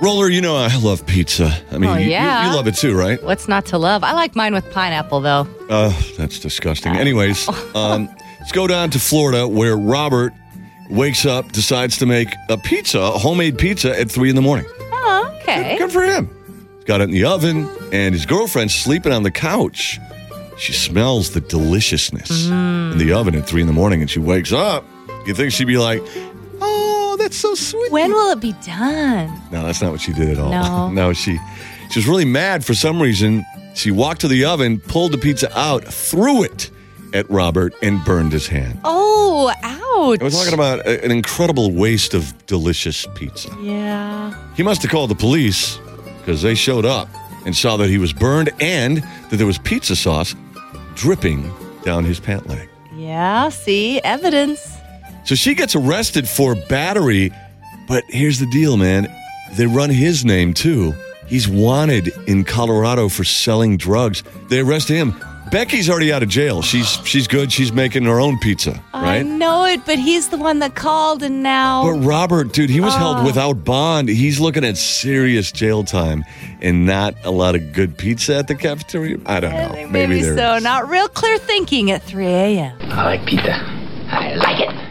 Roller, you know I love pizza. I mean, Oh, you- you- yeah. you, love it too, right? What's not to love? I like mine with pineapple, though. Uh, that's disgusting. Anyways, um, let's go down to Florida where Robert wakes up, decides to make a pizza, a homemade pizza at three in the morning. Oh, okay. Good for him. He's got it in the oven, and his girlfriend's sleeping on the couch. She smells the deliciousness Mm. in the oven at three in the morning, and she wakes up. You think she'd be like, "Oh, that's so sweet." When will it be done? No, that's not what she did at all. No. she she was really mad for some reason. She walked to the oven, pulled the pizza out, threw it at Robert, and burned his hand. Oh, ouch. And We're talking about a- an incredible waste of delicious pizza. Yeah. He must have called the police because they showed up and saw that he was burned and that there was pizza sauce dripping down his pant leg. Yeah, see? Evidence. So she gets arrested for battery, but here's the deal, man. They run his name too. He's wanted in Colorado for selling drugs. They arrest him. Becky's already out of jail. She's she's good. She's making her own pizza, I right? know it, but he's the one that called, and now. But Robert, dude, he was Ah. held without bond. He's looking at serious jail time and not a lot of good pizza at the cafeteria. I don't know. maybe there so. is. Not real clear thinking at 3 a.m. I like pizza. I like it.